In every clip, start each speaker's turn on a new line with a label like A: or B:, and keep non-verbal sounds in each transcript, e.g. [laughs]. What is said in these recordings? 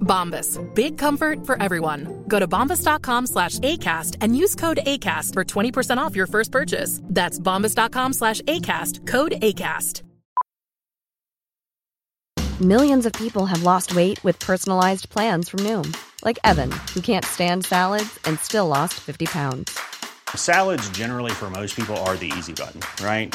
A: Bombas. Big comfort for everyone. Go to bombas.com slash ACAST and use code ACAST for 20% off your first purchase. That's bombas.com slash ACAST. Code ACAST.
B: Millions of people have lost weight with personalized plans from Noom, like Evan, who can't stand salads and still lost 50 pounds.
C: Salads, generally, for most people, are the easy button, right?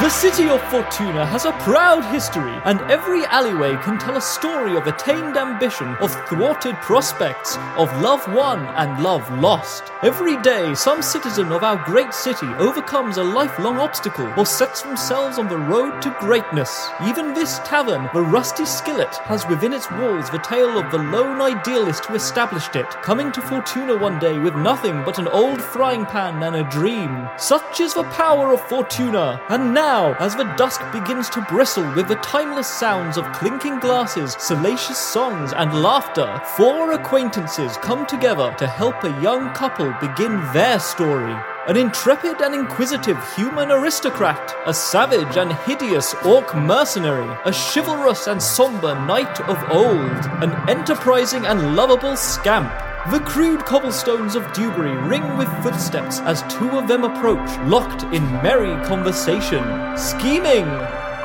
D: The city of Fortuna has a proud history, and every alleyway can tell a story of attained ambition, of thwarted prospects, of love won and love lost. Every day, some citizen of our great city overcomes a lifelong obstacle or sets themselves on the road to greatness. Even this tavern, the Rusty Skillet, has within its walls the tale of the lone idealist who established it, coming to Fortuna one day with nothing but an old frying pan and a dream. Such is the power of Fortuna, and now now, as the dusk begins to bristle with the timeless sounds of clinking glasses, salacious songs, and laughter, four acquaintances come together to help a young couple begin their story. An intrepid and inquisitive human aristocrat, a savage and hideous orc mercenary, a chivalrous and somber knight of old, an enterprising and lovable scamp, the crude cobblestones of Dewberry ring with footsteps as two of them approach, locked in merry conversation. Scheming!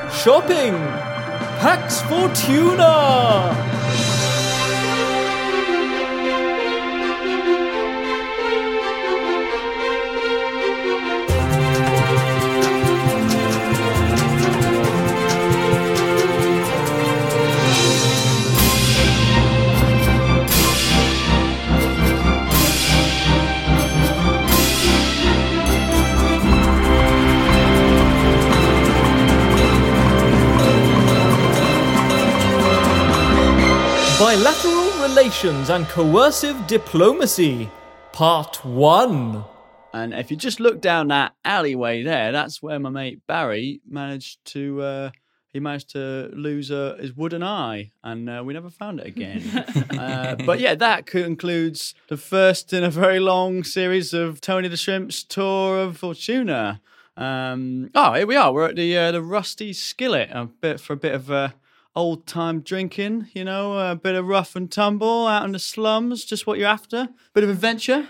D: Shopping! Pax Fortuna! Bilateral Relations and Coercive Diplomacy, Part 1.
E: And if you just look down that alleyway there, that's where my mate Barry managed to. Uh, he managed to lose uh, his wooden eye, and uh, we never found it again. uh, but yeah, that concludes the first in a very long series of Tony the Shrimp's tour of Fortuna. Um, oh, here we are. We're at the uh, the Rusty Skillet. A bit for a bit of. Uh, old time drinking, you know, a bit of rough and tumble out in the slums, just what you're after. Bit of adventure.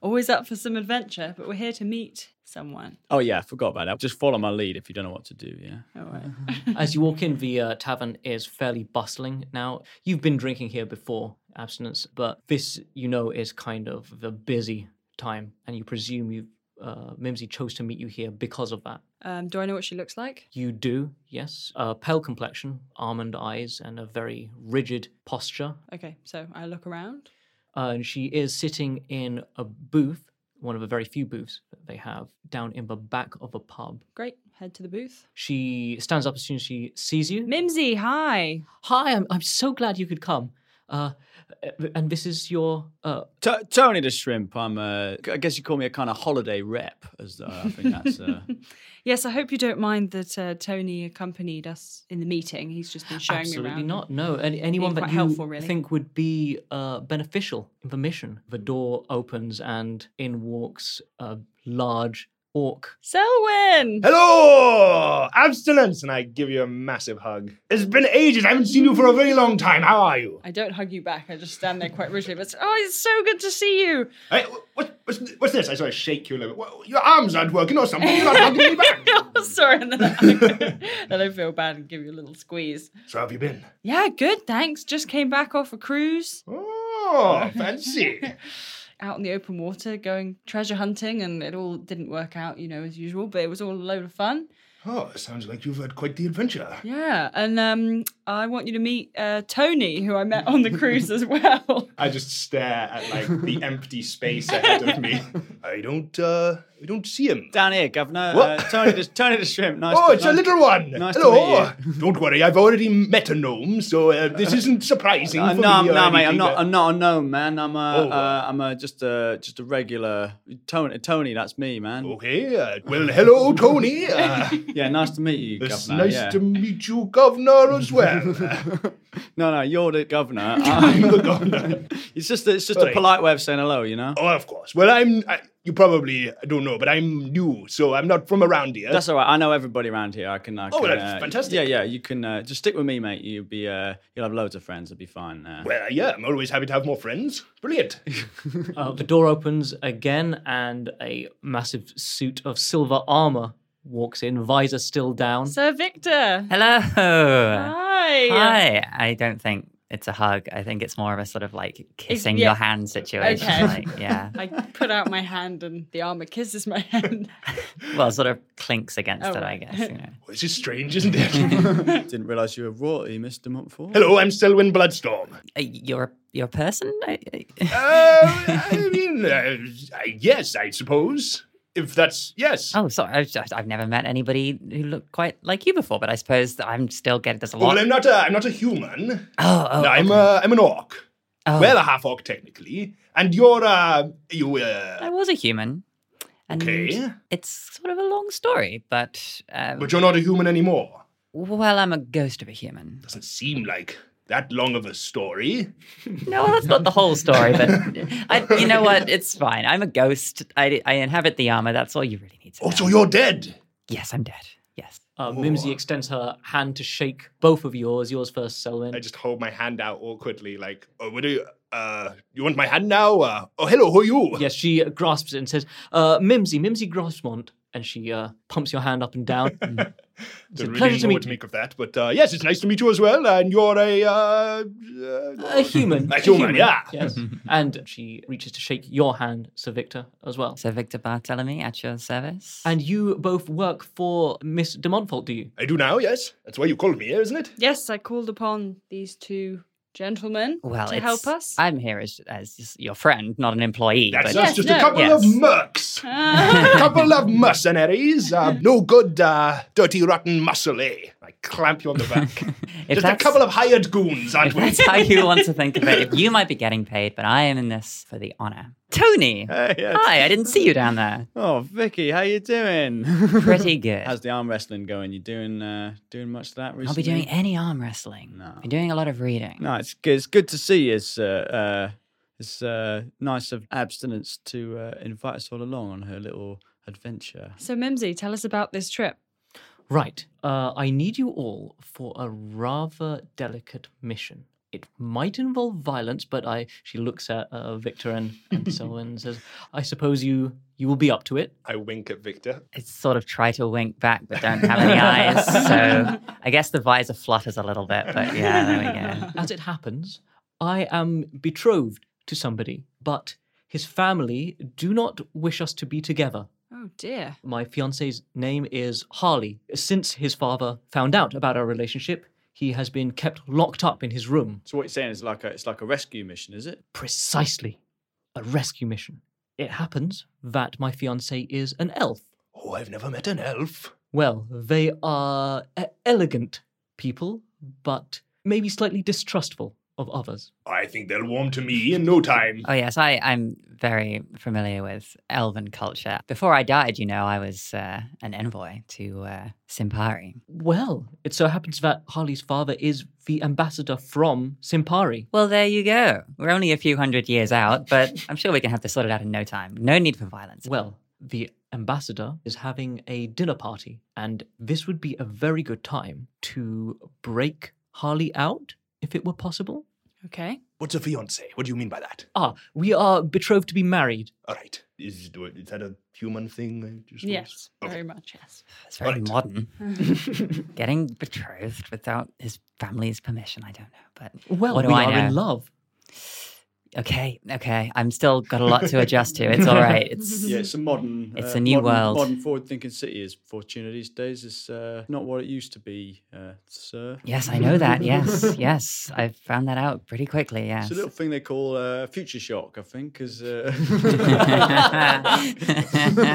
F: Always up for some adventure, but we're here to meet someone.
E: Oh yeah, I forgot about that. Just follow my lead if you don't know what to do. Yeah.
G: Oh,
F: All right.
H: As you walk in, the uh, tavern is fairly bustling now. You've been drinking here before abstinence, but this, you know, is kind of the busy time, and you presume you, uh, Mimsy chose to meet you here because of that.
F: Um, do I know what she looks like?
H: You do, yes. Uh, pale complexion, almond eyes, and a very rigid posture.
F: Okay, so I look around.
H: Uh, and she is sitting in a booth, one of the very few booths that they have, down in the back of a pub.
F: Great. Head to the booth.
H: She stands up as soon as she sees you.
F: Mimsy, hi.
H: Hi, I'm, I'm so glad you could come. Uh, and this is your. Uh,
E: T- Tony the Shrimp. I'm. Uh, I guess you call me a kind of holiday rep, as uh, I think
G: [laughs]
E: that's. Uh,
F: Yes, I hope you don't mind that uh, Tony accompanied us in the meeting. He's just been showing
H: absolutely
F: me around.
H: not. No, any, anyone that
F: quite
H: you
F: helpful, really.
H: think would be uh, beneficial in the mission. The door opens and in walks a large orc.
F: Selwyn!
I: Hello, Oh, abstinence, and I give you a massive hug. It's been ages. I haven't seen you for a very long time. How are you?
F: I don't hug you back. I just stand there quite rigidly. But it's- oh, it's so good to see you. [laughs]
I: Hey, what, what's, what's this? I sort of shake you a little bit. What, your arms aren't working or something.
F: [laughs]
I: You're not hugging me back.
F: oh, sorry. And then I, [laughs] then I feel bad and give you a little squeeze.
I: So how have you been?
F: Yeah, good. Thanks. Just came back off a cruise [laughs]
I: Oh, fancy.
F: out in the open water, going treasure hunting, and it all didn't work out, you know, as usual. But it was all a load of fun.
I: Oh, it sounds like you've had quite the adventure.
G: Yeah, and um, I want you to meet uh, Tony, who I met on the cruise as [laughs] well.
I: I just stare at like the empty space ahead
F: [laughs]
I: of me. I don't, uh, I don't see him.
C: Down here, Governor.
I: What?
C: Uh, Tony, the, Tony the Shrimp. Nice
I: oh,
C: to,
I: it's a
C: nice-
I: little one.
C: Nice
I: Hello.
C: to
I: don't worry, I've already met a gnome, so uh, this isn't
C: meet you.
I: surprising
C: Uh,
I: for
C: no,
I: me.
C: I'm,
I: or
C: no, mate. I'm
I: anything,
C: not.
I: but-
C: I'm not a gnome, man. I'm a.
I: Oh.
C: Uh, I'm a just a just a regular Tony. Tony, that's me, man.
I: Okay. Uh, well, hello,
C: [laughs]
I: Tony. Uh,
C: yeah, nice to meet you,
I: It's
C: Governor.
I: nice
C: yeah.
I: to meet you, Governor, as
C: [laughs]
I: well.
C: No, no, you're the governor.
I: [laughs] I'm the governor.
C: [laughs] It's just it's just a
I: Sorry.
C: polite way of saying hello, you know.
I: Oh, of course. Well, I'm. I, you probably don't know, but I'm new, so I'm not from around here.
C: That's all right. I know everybody around here. I can. I
I: Oh,
C: can,
I: that's
C: uh,
I: fantastic.
C: Yeah, yeah. You can uh, just stick with me, mate. You'll be uh, you'll have loads of friends. It'll be fine. Uh,
I: well, yeah, I'm always happy to have more friends.
C: [laughs]
I: Brilliant.
D: Uh, the door opens again, and a massive suit of silver armor walks in, visor still down.
G: Sir Victor.
E: Hello.
G: Hi.
E: Hi. I don't think it's a hug. I think it's more of a sort of like kissing
G: yeah.
E: your hand situation.
G: Okay.
E: Like, yeah.
G: [laughs] I put out my hand and the armor kisses my [laughs] hand.
E: Well, sort of clinks against
G: Oh,
E: it, I
G: right.
E: guess. You know.
I: This is strange, isn't it?
C: Didn't realise you were royalty, Mister Montfort.
I: Hello, I'm Selwyn Bloodstorm.
E: Uh, You're a, you're a person? I, I- [laughs]
I: I mean, uh, I- yes, I suppose. If that's yes.
E: Oh, sorry. I've, just, I've never met anybody who looked quite like you before, but I suppose that I'm still getting this a
I: Well,
E: lot.
I: I'm not a. I'm not a human.
E: Oh, oh,
I: No, I'm a. I'm an orc.
E: Oh.
I: Well, a half orc technically, and you're uh you uh,
E: I was a human. And
I: Okay.
E: It's sort of a long story, but. Um,
I: but you're not a human anymore.
E: Well, I'm a ghost of a human.
I: Doesn't seem like that long of a story.
E: No, well, that's not the whole
I: [laughs]
E: story, but I, you know what? It's fine. I'm a ghost. I, I inhabit the armor. That's all you really need to know.
I: Oh, so you're dead.
E: Yes, I'm dead. Yes.
D: Uh, Mimsy extends her hand to shake both of yours. Yours first, Selwyn.
I: I just hold my hand out awkwardly, like, oh, what do you, uh, you want my hand now? Uh, oh, hello, who are you?
D: Yes, she grasps it and says, uh, Mimsy, Mimsy grasps one, and she uh, pumps your hand up
I: [laughs]
D: and down.
I: Mm.
D: It's a
I: Don't
D: pleasure
I: really
D: to
I: know
D: meet
I: what to make of that, but uh, yes, it's nice to meet you as well. And you're a, uh,
D: a human.
I: A human, yeah.
D: [laughs] Yes. and she reaches to shake your hand, Sir Victor, as well.
E: So, Victor Bartholomew, at your service.
D: And you both work for Miss de Montfort, do you?
I: I do now, yes. That's why you called me, isn't it?
G: yes, I called upon these two gentlemen
E: Well,
G: to
E: it's-
G: help us.
E: I'm here as, as just your friend, not an employee.
I: That's
E: but
G: Yes,
I: us, just
G: no.
I: a couple
E: Yes.
I: of mercs. a couple of mercenaries. Uh, no good, uh, dirty, rotten muscle, eh? I clamp you on the
C: [laughs]
I: back.
E: if
I: just a
E: that's,
I: couple of hired goons, aren't
E: if
I: we?
E: that's how you want to think of it, if you might be getting paid, but I am in this for the honor. Tony,
C: Hey, yes.
E: hi. I didn't see you down there.
C: Oh, Vicky, how you doing?
E: Pretty good.
C: How's the arm wrestling going? You doing uh, doing much of that recently?
E: I'll be doing any arm wrestling. No. Be doing a lot of reading.
C: No, it's good. It's good to see you. It's, uh, uh, it's uh, nice of abstinence to uh, invite us all along on her little adventure.
G: so, Mimsy, tell us about this trip.
D: Right. Uh, I need you all for a rather delicate mission. It might involve violence, but I. She looks at uh, Victor and, and Selwyn and says, "I suppose you you will be up to it."
I: I wink at Victor.
E: I sort of try to wink back, but don't have any eyes.
I: [laughs]
E: So I guess the visor flutters a little bit, but yeah, there we go.
D: As it happens, I am betrothed to somebody, but his family do not wish us to be together.
G: Oh dear.
D: My fiance's name is Harley. Since his father found out about our relationship, he has been kept locked up in his room.
C: So what you're saying is like a it's like a rescue mission, is it?
D: Precisely, a rescue mission. It happens that my fiance is an elf.
I: Oh, I've never met an elf.
D: Well, they are e- elegant people, but maybe slightly distrustful of others.
I: I think they'll warm to me in no time.
E: Oh yes, I, I'm very familiar with elven culture. Before I died, you know, I was uh, an envoy to uh, Simpari.
D: Well, it so happens that Harley's father is the ambassador from Simpari.
E: Well, there you go. We're only a few hundred years out, but I'm sure we can have this sorted out in no time. No need for violence.
D: Well, the ambassador is having a dinner party, and this would be a very good time to break Harley out if it were possible.
G: Okay.
I: What's a fiance? What do you mean by that?
D: Ah, we are betrothed to be married.
I: All right. Is, do I- is that a human thing? I just was-
G: Yes,
I: Okay.
G: very much. Yes.
E: it's very
I: right.
E: modern. Getting betrothed without his family's permission, I don't know. But
D: Well,
E: what do
D: we
E: I
D: are
E: know?
D: in love.
A: okay, okay. I'm still got a lot to adjust to. It's all right. It's
E: yeah, it's a modern.
A: It's
E: uh,
A: a new
E: modern-
A: world.
E: Modern forward-thinking city is Fortuna these days. It's uh, not what it used to be, uh, sir.
A: Yes, I know
E: [laughs]
A: that. Yes, yes. I found that out pretty quickly. Yes.
E: It's a little thing they call uh, future shock, I think, because uh...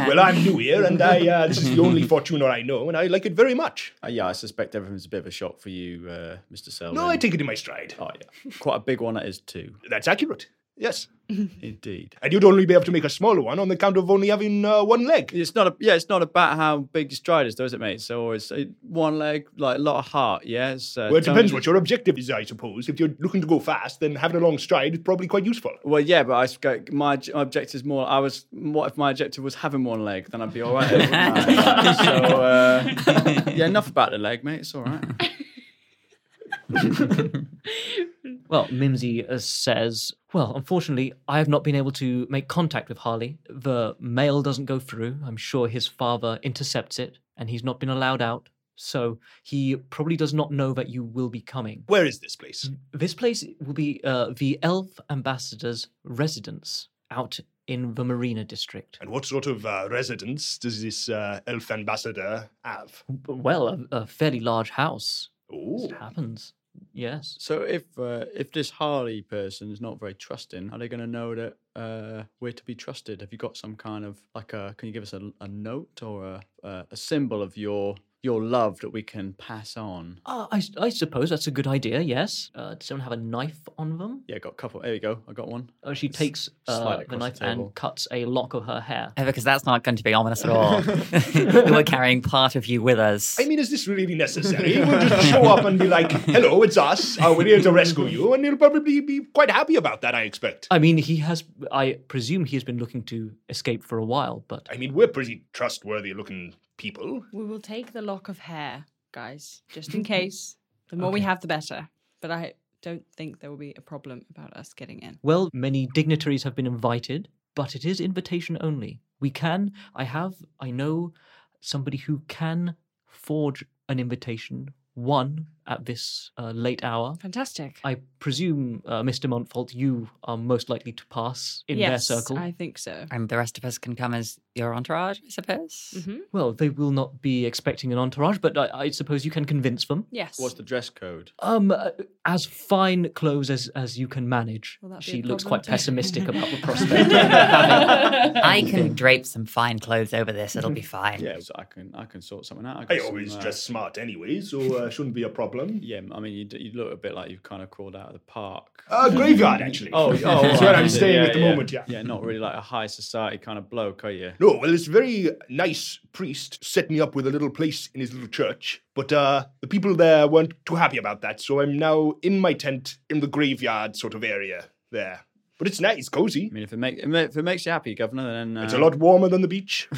C: well, I'm new here, and I uh, this is the only Fortuna I know, and I like it very much.
E: Uh, yeah, I suspect everything's a bit of a shock for you, uh, Mr. Selwyn.
C: No, I take it in my stride.
E: Oh yeah, quite a big one it is too.
C: That's accurate. Yes.
E: [laughs] Indeed.
C: And you'd only be able to make a smaller one on the count of only having uh, one leg.
E: It's not a yeah. It's not about how big your stride is, though, is it, mate? So it's uh, one leg, like a lot of heart. Yeah. It's, uh,
C: well, it depends
E: tongue-
C: what your objective is, I suppose. If you're looking to go fast, then having a long stride is probably quite useful.
E: Well, yeah, but I s- go- my j- my objective is more. I was what if my objective was having one leg? Then I'd be all right. wouldn't [laughs] I? so uh, yeah, enough about the leg, mate. It's all right.
D: Well, Mimsy uh, says, Well, unfortunately, I have not been able to make contact with Harley. The mail doesn't go through. I'm sure his father intercepts it, and he's not been allowed out. So he probably does not know that you will be coming.
C: Where is this place?
D: This place will be uh, the Elf Ambassador's residence out in the Marina District.
C: And what sort of uh, residence does this uh, elf ambassador have?
D: Well, a, a fairly large house.
C: Ooh.
D: It happens. Yes.
E: So if uh, if this Harley person is not very trusting, are they going to know that uh, we're to be trusted? Have you got some kind of like a? Can you give us a, a note or a, uh, a a symbol of your your love that we can pass on?
D: Uh, I, s- I suppose that's a good idea, yes. Uh, does someone have a knife on them?
E: Yeah, got a couple. There you go. I got one.
A: Oh,
D: Uh, she takes
E: slide
D: uh,
E: across
D: the
E: the
D: knife
E: table.
D: and cuts a lock of her hair.
A: Ever, because that's not going to be ominous at all. [laughs] we were carrying part of you with us.
C: I mean, is this really necessary? We'll just show up and be like, hello, it's us. Uh, we're here to rescue you. And he'll probably be quite happy about that, I expect.
D: I mean, he has. I presume he has been looking to escape for a while, but
C: I mean, we're pretty trustworthy looking people.
J: We will take the lock of hair, guys, just
E: [laughs]
J: in case. The more we have, the better. But I don't think there will be a problem about us getting in.
D: well, many dignitaries have been invited, but it is invitation only. We can. I have. I know somebody who can forge an invitation. One at this uh, late hour.
J: Fantastic.
D: I presume, uh, Mr. Montfort, you are most likely to pass in
J: yes,
D: their circle.
J: I think so.
A: And the rest of us can come as your entourage, I suppose.
J: Mhm.
D: Well, they will not be expecting an entourage, but I, I suppose you can convince them.
J: Yes.
E: What's the dress code?
D: Um, uh, as fine clothes as as you can manage.
J: Will that be a
D: she looks
J: problem
D: quite
J: too?
D: pessimistic about the prospect.
J: [laughs]
D: of having-
A: I can drape some fine clothes over this. It'll be fine.
E: Yeah, so I can I can sort something out.
C: I
E: got some,
C: always
E: uh,
C: dress smart anyway,
I: [laughs]
C: so uh, shouldn't be a problem.
E: Yeah, I mean, you, d- you look a bit like you've kind of crawled out of the park.
C: Uh, graveyard, actually.
E: [laughs] Oh, oh,
C: that's where I'm staying at the moment, yeah.
E: Yeah, not really like a high society kind of bloke, are you?
C: No, well, this very nice priest set me up with a little place in his little church, but uh, the people there weren't too happy about that, so I'm now in my tent in the graveyard sort of area there. But it's nice, cozy.
E: I mean, if it makes if it makes you happy, Governor, then uh,
C: It's a lot warmer than the beach.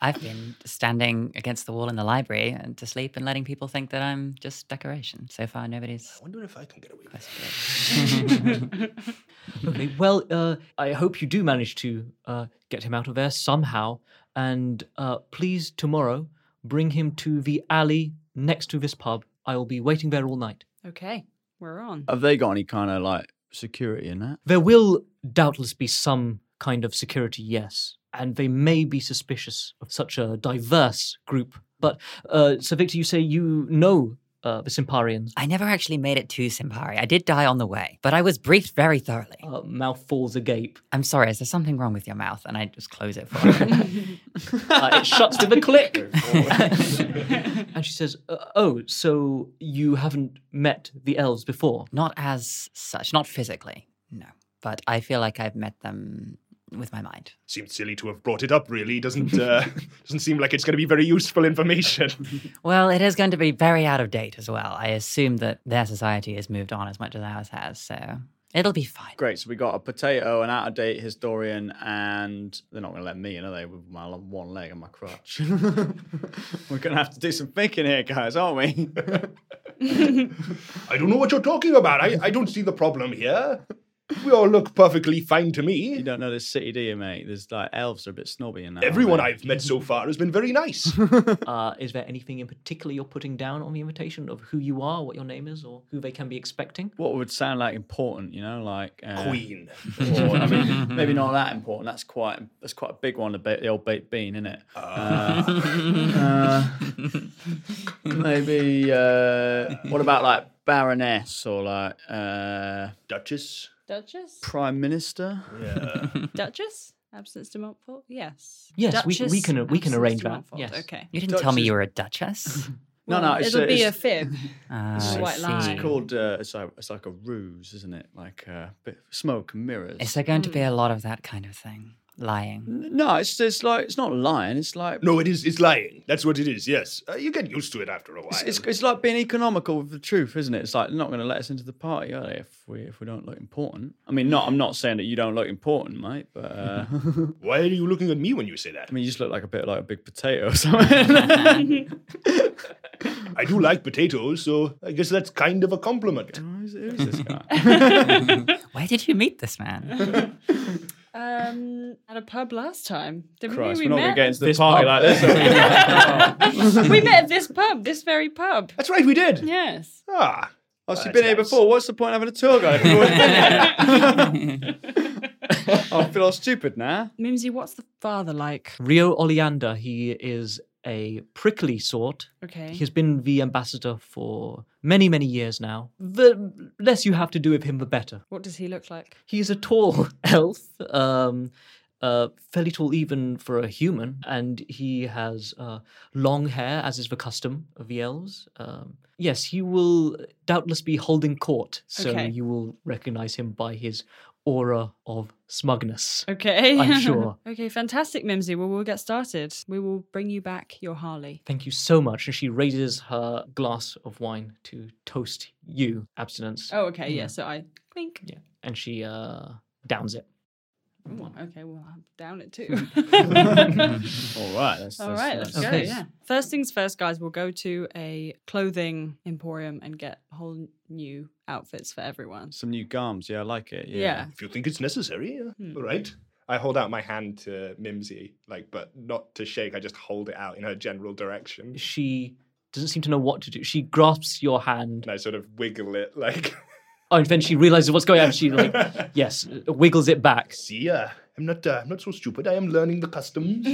A: I've been standing against the wall in the library and to sleep and letting people think that I'm just decoration. So far, nobody's.
C: I wonder if I can get away with it.
D: okay, well, uh, I hope you do manage to uh, get him out of there somehow, and uh, please tomorrow bring him to the alley next to this pub. I will be waiting there all night.
J: Okay, we're on.
E: Have they got any kind of like security in that?
D: There will doubtless be some kind of security, yes, and they may be suspicious of such a diverse group. But uh, so, Victor, you say you know uh, the Simparians.
A: I never actually made it to Simpari. I did die on the way, but I was briefed very thoroughly.
D: Uh, mouth falls agape.
A: I'm sorry, is there something wrong with your mouth? And I just close it for her.
J: [laughs]
D: Uh,
E: [laughs]
D: it shuts with a click. [laughs] and she says, uh, "Oh, so you haven't met the elves before?"
A: not as such, not physically, no. But I feel like I've met them with my mind.
C: Seems silly to have brought it up, really. Doesn't [laughs] uh, doesn't seem like it's going to be very useful [laughs] information.
A: Well, it is going to be very out of date as well. I assume that their society has moved on as much as ours has, so it'll be fine.
E: Great. So we got a potato, an out of date historian, and they're not going to let me in, are they? With my l- one leg and my crutch. [laughs] We're going to have to do some thinking here, guys, aren't we? [laughs]
C: I don't know what you're talking about. I, I don't see the problem here. We all look perfectly fine to me.
E: You don't know this city, do you, mate? There's like elves are a bit snobby and that.
C: Everyone I've met so far has been very
E: [laughs]
C: nice.
D: uh, is there anything in particular you're putting down on the invitation of who you are, what your name is, or who they can be expecting?
E: What would sound like important, you know, like uh,
D: Queen.
C: Oh,
E: Or, [laughs] I mean, maybe not that important. That's quite that's quite a big one. The, ba- the old baked bean, isn't it? Uh, uh, maybe uh, what about like baroness or like uh,
C: duchess,
K: Duchess?
E: prime minister?
C: Yeah.
K: Duchess? Absence de Montfort? Yes.
D: Yes, we, we
K: Duchess,
D: can we can
K: absence
D: arrange
K: de
D: that.
K: Montfort.
D: Yes.
K: Okay.
A: You didn't tell me you were a duchess.
E: No, no,
K: Well,
E: it's,
K: it'll
E: uh,
K: be
E: it's-
K: a
D: [laughs]
K: fib.
A: Ah,
K: It's a
A: I
K: white
A: see.
K: lie.
E: It's called uh, it's like it's like a ruse, isn't it? Like uh, bit of smoke and mirrors.
A: Is there going to be
K: Hmm.
A: a lot of that kind of thing? Lying.
E: No, it's it's like it's not lying. It's like
C: no, it is. It's lying. That's what it is. Yes, uh, you get used to it after a while.
E: It's, it's, it's like being economical with the truth, isn't it? It's like they're not going to let us into the party, are they? If we if we don't look important. I mean, not I'm not saying that you don't look important, mate. But
A: [laughs]
E: uh,
C: why are you looking at me when you say that?
E: I mean, you just look like a bit like a big potato
A: [laughs]
E: or something.
C: I do like potatoes, so I guess that's kind of a compliment.
E: Who's, who's this guy?
A: [laughs] Where did you meet this man?
K: [laughs] Um, at a pub last time. Did
E: Christ,
K: we,
E: we're
K: we
E: not going
K: met?
E: to get into the party
D: pub.
E: like this. are [laughs] we?
K: we met at this pub, this very pub.
C: That's right, we did.
K: Yes.
C: Ah,
E: Oh, so you've
C: that's
E: been here
C: nice.
E: before. What's the point of having a tour guide? if you've already been
K: [laughs]
E: here? Oh, I feel all stupid now.
K: Mimsy, what's the father like?
D: [laughs] Rio Oleander, he is a prickly sort.
K: Okay.
D: He has been the ambassador for many, many years now. The less you have to do with him, the better.
K: What does he look like?
D: He is a tall [laughs] elf, um, uh, fairly tall even for a human, and he has uh, long hair, as is the custom of the elves. Um, yes, he will doubtless be holding court, so
K: Okay.
D: you will recognize him by his aura of smugness.
K: Okay.
D: I'm sure.
K: [laughs] okay, fantastic, Mimsy. Well, we'll get started. We will bring you back your Harley.
D: Thank you so much. And she raises her glass of wine to toast you, abstinence.
K: Oh, okay. Yeah.
D: Yeah.
K: So I clink.
D: Yeah. And she uh,
K: [laughs]
D: downs it.
K: Ooh, okay. Well, I'm down it too.
D: [laughs]
K: [laughs]
E: All right. That's,
K: All
E: that's,
K: right. Let's
D: that's
K: go.
D: nice.
K: Yeah. First things first, guys. We'll go to a clothing emporium and get whole new outfits for everyone.
E: Some new garms. Yeah, I like it.
K: Yeah.
C: if you think it's necessary, uh,
E: Hmm.
C: all right. I hold out my hand to Mimsy, like, but not to shake. I just hold it out in her general direction,
D: She doesn't seem to know what to do. She grasps your hand.
C: and I sort of wiggle it, like, [laughs]
D: Oh, and then she realizes what's going on. She,
E: [laughs]
D: like, yes, wiggles it back.
C: "See, uh, I'm not, uh, I'm not so stupid. I am learning
K: [laughs]
C: the customs."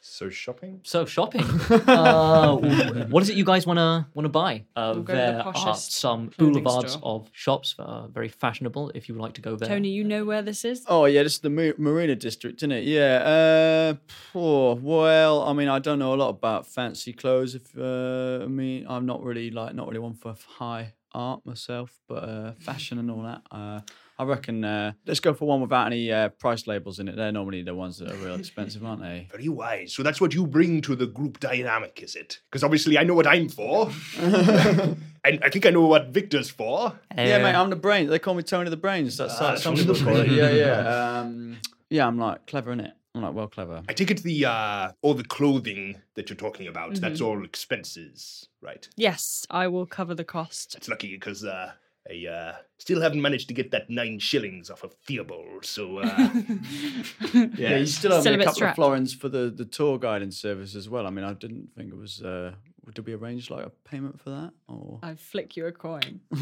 C: so shopping.
D: So
E: [laughs]
D: shopping. uh, what is it you guys wanna wanna buy? Uh,
K: We'll go to the
D: there are
K: poshest
D: some
K: clothing
D: boulevards
K: store.
D: of shops that are very fashionable. If you would like to go there,
K: Tony, you know where this is?
E: Oh yeah, this is the Mu- Marina district, isn't it? Yeah. Uh, poor. Well, I mean, I don't know a lot about fancy clothes. If uh, I mean, I'm not really like not really one for high art myself, but uh, fashion and all that. Uh, I reckon uh, let's go for one without any uh, price labels in it. They're normally the ones that are real expensive, aren't they?
C: Very wise. So that's what you bring to the group dynamic, is it? Because obviously I know what
A: [laughs]
C: I'm for. and I think I know what Victor's for.
E: Yeah, mate, I'm the brains. They call me Tony the Brains. That's
C: Ah,
E: like some
C: Tony the [laughs]
E: people call it.
C: Brains.
E: Yeah, yeah. Um, yeah, I'm like clever in it. I'm like well clever.
C: I take it the uh all the clothing that you're talking about, that's
A: Mm-hmm.
C: all expenses, right?
K: Yes, I will cover the cost.
C: It's lucky because uh I uh, still haven't managed to get that nine shillings off of Theobald, so uh,
E: Yeah, you still owe
K: Still a bit
E: me a couple of
K: strapped.
E: florins for the, the tour guiding service as well. I mean, I didn't think it was. Uh, did we arrange like a payment for that? Or
K: I flick you a coin.
E: [laughs]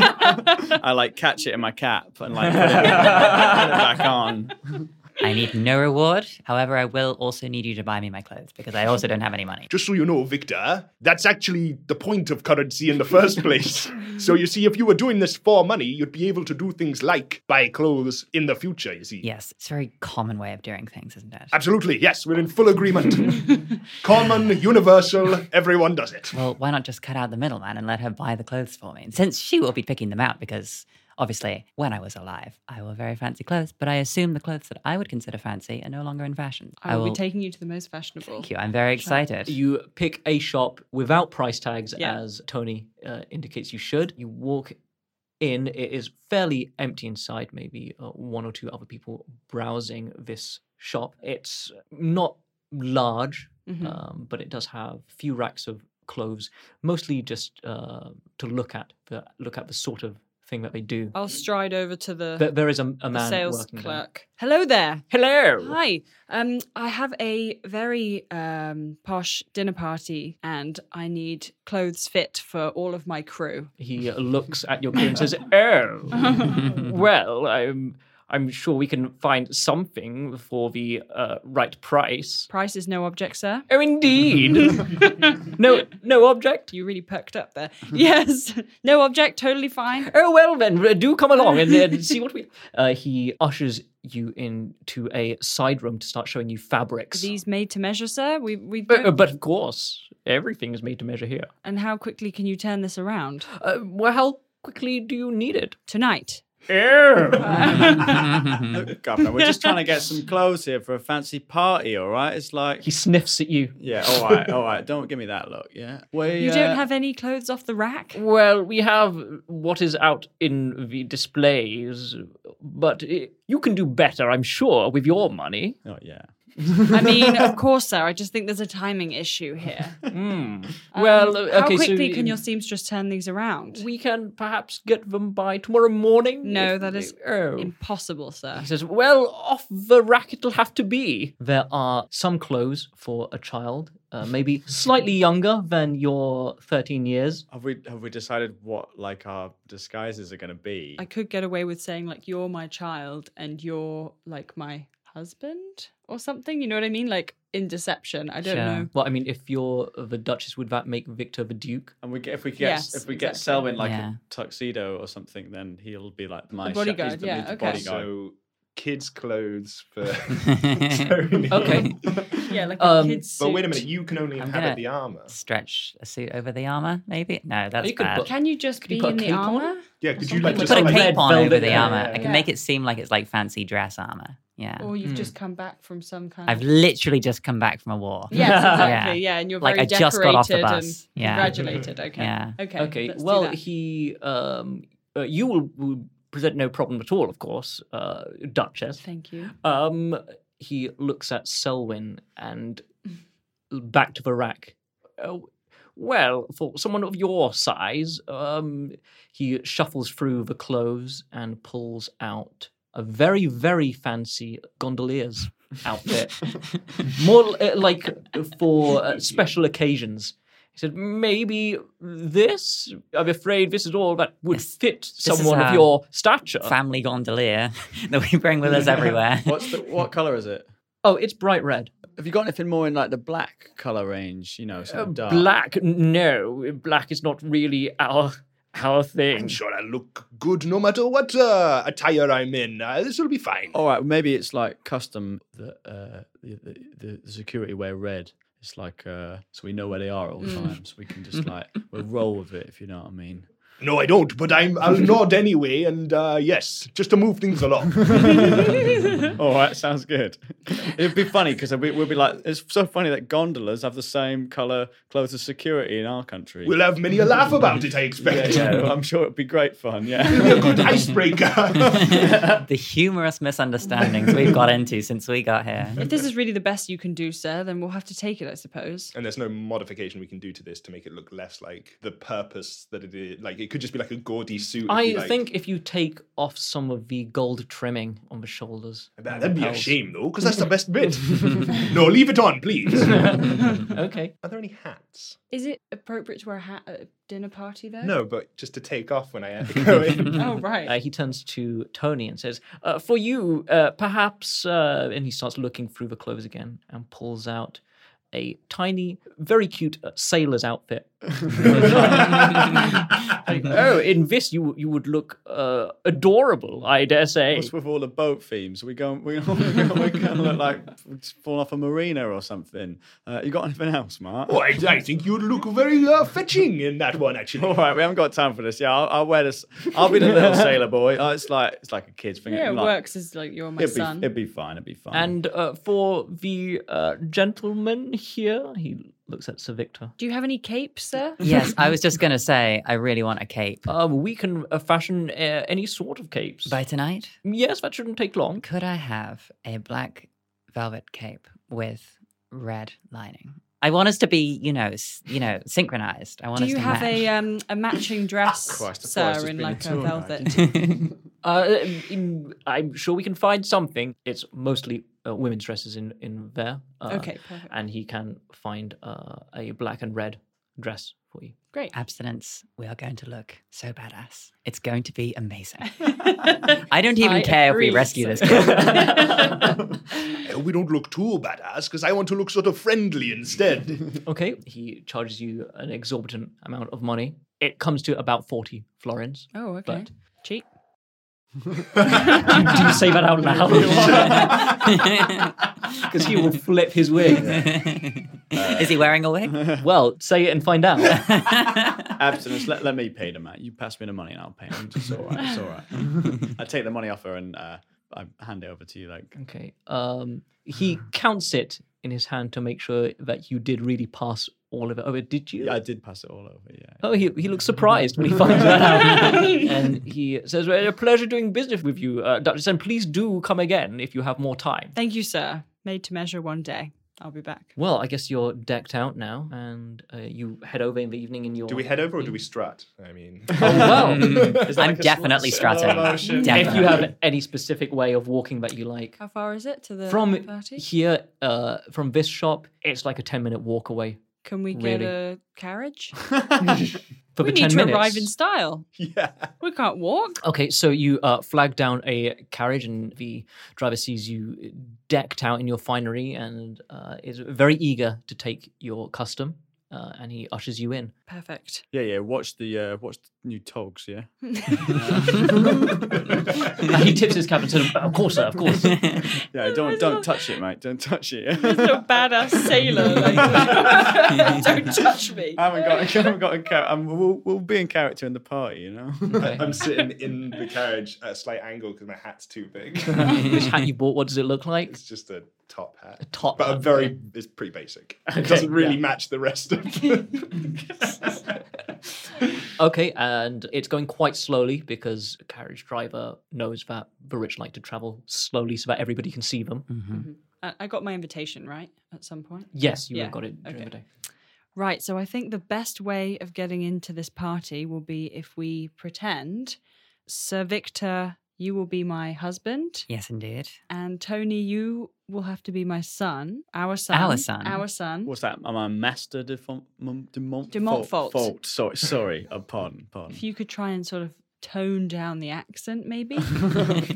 E: I like catch it in my cap and like put it, put it [laughs] back on.
A: I need no reward. However, I will also need you to buy me my clothes because I also don't have any money.
C: just so you know, Victor, that's actually the point of currency in the first place. so you see, if you were doing this for money, you'd be able to do things like buy clothes in the future, you see.
A: Yes, it's a very common way of doing things, isn't it?
C: Absolutely, yes, we're in full agreement. Common, universal, everyone does it.
A: Well, why not just cut out the middleman and let her buy the clothes for me? And since she will be picking them out, because obviously, when I was alive, I wore very fancy clothes, but I assume the clothes that I would consider fancy are no longer in fashion.
K: I will, be taking you to the most fashionable.
A: Thank you. I'm very excited.
D: You pick a shop without price tags,
K: Yeah.
D: as Tony uh, indicates you should. You walk in, it is fairly empty inside, maybe uh, one or two other people browsing this shop. It's not large,
E: Mm-hmm.
K: Mhm.
D: um, but it does have a few racks of clothes, mostly just uh, to look at, the, look at the sort of thing that they do.
E: I'll stride over to the.
D: There- there is a- a
E: Oh, the
D: man
E: sales
D: working there.
E: clerk. Hello there.
D: Hello.
E: Hi. Um, I have a very um posh dinner party, and I need clothes fit for all of my crew.
D: He uh, looks at your crew and says, "Oh, well, I'm I'm sure we can find something for the uh, right price."
E: Price is no object, sir.
D: Oh, indeed. no, no object.
E: You really perked up there. [laughs] yes, no object. Totally fine.
D: Oh well, then uh, do come along and, and see what we. Uh, he ushers you into a side room to start showing you fabrics.
E: These made to measure, sir. We we.
D: But, um,
E: don't-
D: but of course, everything is made to measure here.
E: And how quickly can you turn this around?
D: Uh, well, how quickly do you need it?
E: Tonight.
C: Governor, we're just trying to get some clothes here for a fancy party, all right? It's like.
D: He sniffs at you.
C: Yeah, all right, all right. Don't give me that look, yeah? We,
E: You
D: uh,
E: don't have any clothes off
D: [laughs]
E: the rack?
D: Well, we have what is out in the displays, but i you can do better, I'm sure, with your money.
C: Oh, yeah.
E: I mean, of course, sir. I just think there's a timing
D: [laughs]
E: issue here. Um,
D: Hmm. Well, uh,
E: how
D: okay, so
E: quickly can
D: in-
E: your seamstress turn these around?
D: We can perhaps get them by tomorrow morning.
E: No,
D: if-
E: that is
D: Oh.
E: impossible, sir.
D: He says, well, off the rack it'll have to be. There are some clothes for a child, uh, maybe slightly younger than your 13 years.
C: Have we have we decided what like our disguises are going to be?
E: I could get away with saying like you're my child and you're like my husband or something. You know what I mean? Like in deception. I don't know.
D: Well, I mean, if you're the Duchess, would that make Victor the Duke?
C: And we get, if we get
E: Yes,
C: if we get
E: exactly.
C: Selwyn like
D: Yeah.
C: a tuxedo or something, then he'll be like my
E: A
C: sha- he's
E: bodyguard,
C: the-
E: yeah,
C: he's the
E: okay.
C: bodyguard.
I: So kids' clothes
A: [laughs]
I: for. [laughs]
D: Okay.
E: Yeah, like
D: Um,
E: a kid's
I: But wait a
E: suit.
I: minute, you can only
A: I'm
I: inhabit
A: gonna-
I: the armor.
A: Stretch a suit over the armor, maybe? No, that's
D: You could
A: bad.
D: put-
E: Can you just
D: you
E: be
D: put a
E: in the
D: cape on?
E: armor?
I: Yeah, could you like
A: Put
I: just
A: a
I: like,
A: cape on
D: velvet
A: over the
D: there.
A: armor.
D: Yeah,
A: I can
E: yeah.
A: make it seem like it's like fancy dress armor. Yeah.
E: Or you've just
D: Hmm.
E: come back from some kind
A: I've
E: of
A: literally just come back from a war. [laughs]
E: Yes, exactly. Yeah, and you're
A: Like,
E: very
A: I just got off the
E: decorated
A: bus.
E: and
A: Yeah.
E: congratulated. Okay.
A: Yeah.
E: Okay.
D: Okay.
E: let's do
D: well,
E: that.
D: he, um, uh, you will, will present no problem at all, of course, uh, Duchess.
C: [laughs]
E: Thank you.
D: Um, he looks at Selwyn and back to the rack. Oh, well, for someone of your size, um, he shuffles through the clothes and pulls out a very, very fancy gondolier's outfit, more uh, like for uh, special occasions. He said, "Maybe this. I'm afraid this is all that would fit
A: is
D: someone of
A: our
D: your stature."
A: Family gondolier [laughs] that we bring with us everywhere.
C: [laughs] What's the what color is it?
D: oh, it's bright red.
C: Have you got anything more in like the black color range? You know,
A: Uh,
C: sort of dark.
D: Black? No, black is not really our our thing.
I: I'm
C: Hmm.
I: sure I look good no matter what uh, attire I'm in. Uh, this will be fine.
C: All right, maybe it's like custom that uh, the, the the security wear red. It's like uh, so we know where they are at all
E: Mm.
C: times. We can
E: [laughs]
C: just like we'll roll with it if you know what I mean.
I: No, I don't, but I'm,
C: [laughs]
I: I'll nod anyway, and uh, yes, just to move things along.
C: All right, sounds good. It'd be funny because we, we'll be like, it's so funny that [laughs] gondolas have the same color clothes as security in our country.
I: we'll have many a laugh about it, I expect.
C: yeah, yeah, I'm sure it'd be great
I: It'll
C: fun.
I: be a
C: Yeah. [laughs]
I: good icebreaker.
A: the humorous misunderstandings we've got into since we got here.
E: If this is really the best you can do, sir, then we'll have to take it,
C: [laughs]
E: I suppose.
I: and [laughs] there's no modification we can do to this to make it look less like the purpose that it is. Like, it could just be like a gaudy suit. if
D: I
I: you like.
D: think if you take off some of the gold trimming on the shoulders,
I: That- That'd be a
D: Pals.
I: shame, though, because that's the best bit. no, leave it on, please.
C: [laughs]
I: Are
D: okay.
I: there any hats?
E: Is it appropriate to wear a hat uh, at a dinner party, though?
I: No, but just to take off when I [laughs] uh, go
D: [laughs]
I: in.
E: Oh, right.
D: Uh, he turns to Tony and says, uh, "For you, uh, perhaps." Uh, and he starts looking through the clothes again and pulls out a tiny, very cute uh, sailor's outfit. oh, in this you you would look uh, adorable, I dare say.
C: What's with all the boat themes? We go, [laughs] we, we kind of look like we've just fallen off a marina or something. Uh, you got anything else, Mark?
I: Oh, I, I think you'd look very uh, fetching in that one, actually.
C: [laughs]
I: [laughs]
C: All right, we haven't got time for this. Yeah, I'll, I'll wear this. I'll be
A: [laughs]
C: the little sailor boy. Oh, it's like it's like a kid's thing.
E: Yeah, it
C: Like,
E: works as like you're my
C: It'd be,
E: son.
C: it'd be fine. It'd be fine.
D: And uh, for the uh, gentleman here, he looks at Sir Victor.
E: Do you have any capes, sir? [laughs]
A: Yes, I was just going to say, I really want a cape.
D: Um, we can uh, fashion uh, any sort of capes.
A: By tonight,
D: yes, that shouldn't take long.
A: could I have a black velvet cape with red lining? I want us to be, you know, s- you know, synchronized. I want
E: Do
A: us
E: you
A: to
E: have
A: match.
E: a um, a matching dress,
A: [laughs]
D: Christ, the forest has
E: sir, in
D: been
E: like
D: a
E: a
D: tour night,
E: velvet?
D: Uh, in- I'm sure we can find something. It's mostly uh, women's dresses in in there. Uh,
E: Okay, perfect.
D: And he can find uh, a black and red dress for you.
E: Great.
A: Abstinence. We are going to look so badass. It's going to be amazing. I don't even
I: I
A: care if we
I: agree,
A: rescue
E: [laughs]
A: this
I: so-
D: [laughs]
A: girl.
I: Uh, we don't look too badass because I want to look sort of friendly instead.
D: Okay. He charges you an exorbitant amount of money. It comes to about forty
E: [laughs]
D: florins.
E: Oh, okay.
D: But
E: Cheap.
D: do you say that out [laughs] loud? Because he will flip his wig.
A: [laughs] Is he wearing a wig?
D: Well, say it and find out.
E: [laughs]
C: Abstinence. Let, let me pay the man. You pass me the money and I'll pay him. It's all right. It's
I: [laughs]
C: all right. I take the money off her and uh, I hand it over to you. Like,
D: Okay. Um, he
I: Hmm.
D: counts it in his hand to make sure that you did really pass all of it over. Did you?
C: Yeah, I did pass it all over. Yeah.
D: Oh, he, he
I: Mm-hmm.
D: looks surprised when he finds that
I: [laughs]
D: out. and he says, well, a pleasure doing business with you, uh, Duchess, and please do come again if you have more time.
E: Thank you, sir. Made to measure one day. I'll be back.
D: Well, I guess you're decked out now, and uh, you head over in the evening in your...
I: Do we head over or do we strut? I mean,
D: [laughs] Oh, well.
I: [laughs]
D: [laughs]
I: Is that
A: I'm
I: like a
A: definitely
I: slow
A: strutting.
I: motion?
D: If you have any specific way of walking that you like.
E: How far is it to the
D: From
E: party?
D: here, uh, from this shop, it's like a 10-minute walk away.
E: Can we get
D: really.
E: a
A: [laughs]
E: carriage?
D: For the
E: we need
D: 10
E: to
D: minutes.
E: arrive
C: [laughs]
E: in style.
I: Yeah.
E: We can't walk.
D: Okay, so you uh, flag down a carriage, and the driver sees you decked out in your finery and uh, is very eager to take your custom, uh, and he ushers you
E: [laughs]
D: in.
A: [laughs]
E: Perfect.
C: Yeah, yeah. Watch the uh, watch the new togs.
E: [laughs]
C: Yeah.
D: And he tips his cap and says, "Of course, sir, of
E: [laughs]
D: course."
C: Yeah. Don't don't touch it, mate. Don't touch it.
E: This little
C: [laughs]
E: badass sailor. Like, [laughs] don't touch me.
C: I haven't got. I haven't got a [laughs] character. We'll, we'll be in character in the party, you know. [laughs]
I: I'm sitting in the carriage at a slight angle because my hat's too big.
D: Which hat you bought? What does it look like?
I: It's just a top hat. A
D: top
I: but a
D: hat,
I: very it's pretty [laughs] basic. it doesn't really
D: yeah.
I: match the rest
E: [laughs]
I: of.
C: [laughs]
I: the-
C: Oh,
D: Okay, and it's going quite slowly because the carriage driver knows that the rich like to travel slowly so that everybody can see them.
E: Mm. I I got my invitation, right? At some point?
D: Yes, you
E: Yeah,
D: got it during
E: okay.
D: the day.
E: Right, so I think the best way of getting into this party will be if we pretend Sir Victor, you will be my husband,
A: yes, indeed.
E: and Tony, you will have to be my son, our son,
A: Our son.
D: Mm-hmm.
E: our son.
C: What's that? Am I Master de, Fon- Mon- de, Mont-
E: De Montfort.
C: Fault. Sorry, sorry. Uh, pardon, pardon. [laughs]
E: [laughs] If you could try and sort of tone down the accent, maybe,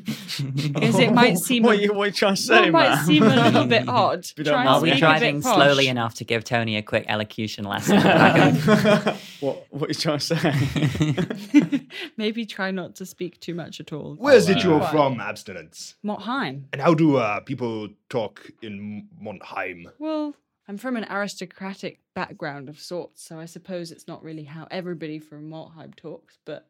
E: because it might seem
C: What
E: a-
C: are you, what are you trying to
E: well,
C: say,
E: it might
C: man?
E: seem a little bit odd.
C: [laughs] We don't
E: Try and
C: mind.
A: Are we
E: speak a
A: driving
E: bit posh.
A: slowly enough to give Tony a quick elocution lesson?
C: what, [laughs] what are you trying to say?
E: Maybe try not to speak too much at all.
I: Where's it you're
E: Quiet.
I: from, abstinence?
E: Montheim.
I: And how do uh, people talk in Montheim?
E: Well, I'm from an aristocratic background of sorts, so I suppose it's not really how everybody from Maltheim talks, but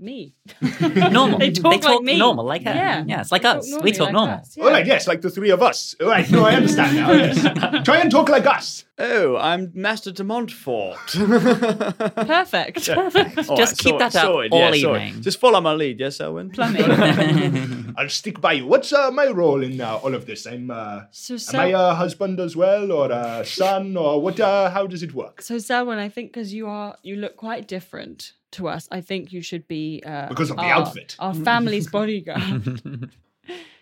I: [laughs]
E: me.
A: [laughs] normal.
E: They talk, like me.
A: normal, like her.
E: Yeah.
A: Yeah, it's like
E: They talk
A: us.
E: normally
A: we talk
E: like
A: normal.
E: us,
I: All right, yes, like the three of us. All right, no, I understand now.
C: [laughs]
I: Yes. Try and talk like us.
C: oh, I'm Master de Montfort.
I: [laughs]
E: Perfect.
C: All
A: Just keep that up all evening.
C: Just follow my lead, yes, Owen?
I: [laughs] I'll stick by you. What's uh, my role in uh, all of this? I'm. Uh,
E: So,
I: Am I
E: Sel-
I: a husband as well, or a son, or what? Uh, how does it work?
E: so Selwyn, I think because you are, you look quite different to us. I think you should be uh,
I: Because of the
E: our,
I: outfit.
E: our family's bodyguard.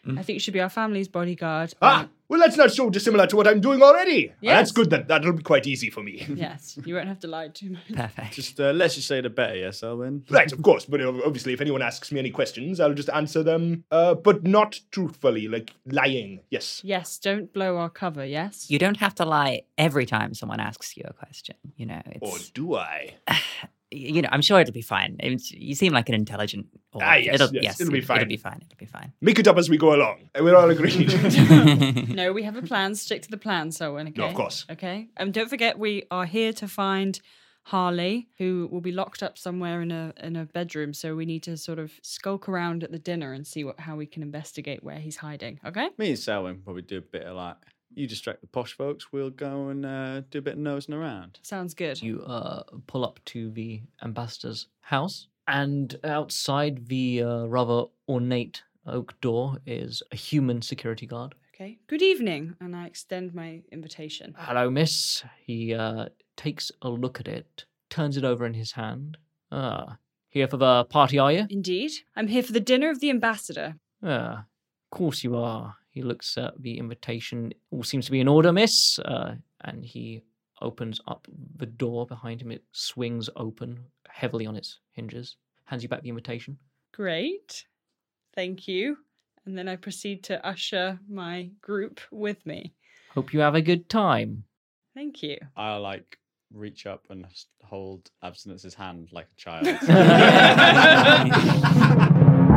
E: I think you should be our family's bodyguard. Um,
I: Ah, well, that's not so dissimilar to what I'm doing already.
E: Yes.
I: That's good. That that'll be quite easy for me.
E: Um, yes, you won't have to lie too much.
A: Perfect.
C: Just uh, let's just say the better, yes, Owen?
I: Right, of course, but ob- obviously, if anyone asks me any questions, I'll just answer them, uh, but not truthfully, like lying. Yes.
E: Yes, don't blow our cover. Yes.
A: You don't have to lie every time someone asks you a question. You know, it's
I: Or do I?
A: you know, I'm sure it'll be fine. It's- you seem like an intelligent. Or,
I: Ah, yes, yes, it'll be
A: It'll
I: fine.
A: be fine. It'll be fine.
I: Make it up as we go along. and We're all
E: [laughs]
I: agreed.
E: No, we have a plan. Stick to the plan, Selwyn. Okay?
I: No, of course.
E: Okay. And don't forget, we are here to find Harley, who will be locked up somewhere in a in a bedroom. So we need to sort of skulk around at the dinner and see what how we can investigate where he's hiding. Okay.
C: Me and Selwyn probably do a bit of like, you distract the posh folks, we'll go and uh, do a bit of nosing around.
E: Sounds good.
D: You uh, pull up to the ambassador's house, and outside the uh, rather ornate oak door is a human security guard
E: Okay. Good evening. And I extend my invitation.
L: Hello, miss. He uh, takes a look at it, turns it over in his hand. Ah, here for the party, are you?
E: Indeed. I'm here for the dinner of the ambassador.
L: Ah, of course you are. He looks at the invitation. All seems to be in order, miss. Uh, and he opens up the door behind him. It swings open heavily on its hinges, hands you back the invitation.
E: Great. Thank you. And then I proceed to usher my group with me.
L: Hope you have a good time.
E: Thank you.
C: I like reach up and s- hold Abstinence's hand like a child.
I: [laughs]
C: [laughs]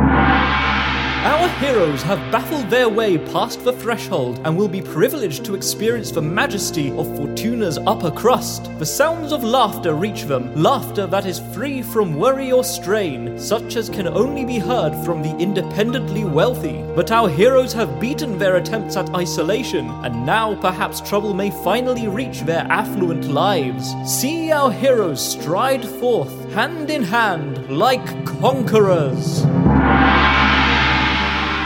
D: Our heroes have baffled their way past the threshold and will be privileged to experience the majesty of Fortuna's upper crust. The sounds of laughter reach them, laughter that is free from worry or strain, such as can only be heard from the independently wealthy. But our heroes have beaten their attempts at isolation, and now perhaps trouble may finally reach their affluent lives. See our heroes stride forth, hand in hand, like conquerors.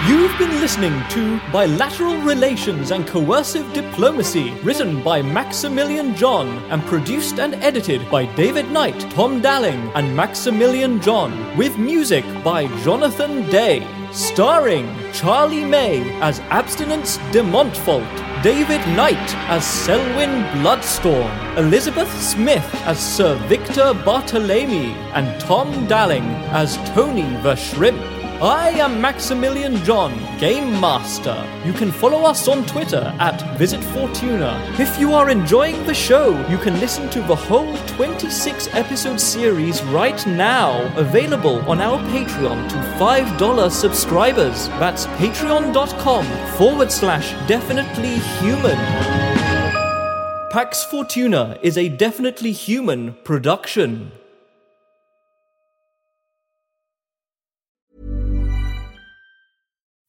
D: You've been listening to Bilateral Relations and Coercive Diplomacy, written by Maximilian John and produced and edited by David Knight, Tom Dalling, and Maximilian John, with music by Jonathan Day. Starring Charlie May as Abstinence de Montfort, David Knight as Selwyn Bloodstorm, Elizabeth Smith as Sir Victor Bartolome, and Tom Dalling as Tony the Shrimp. I am Maximilian John, Game Master. You can follow us on Twitter at VisitFortuna. If you are enjoying the show, you can listen to the whole 26 episode series right now, available on our Patreon to $5 subscribers. That's patreon.com forward slash definitely human. Pax Fortuna is a definitely human production.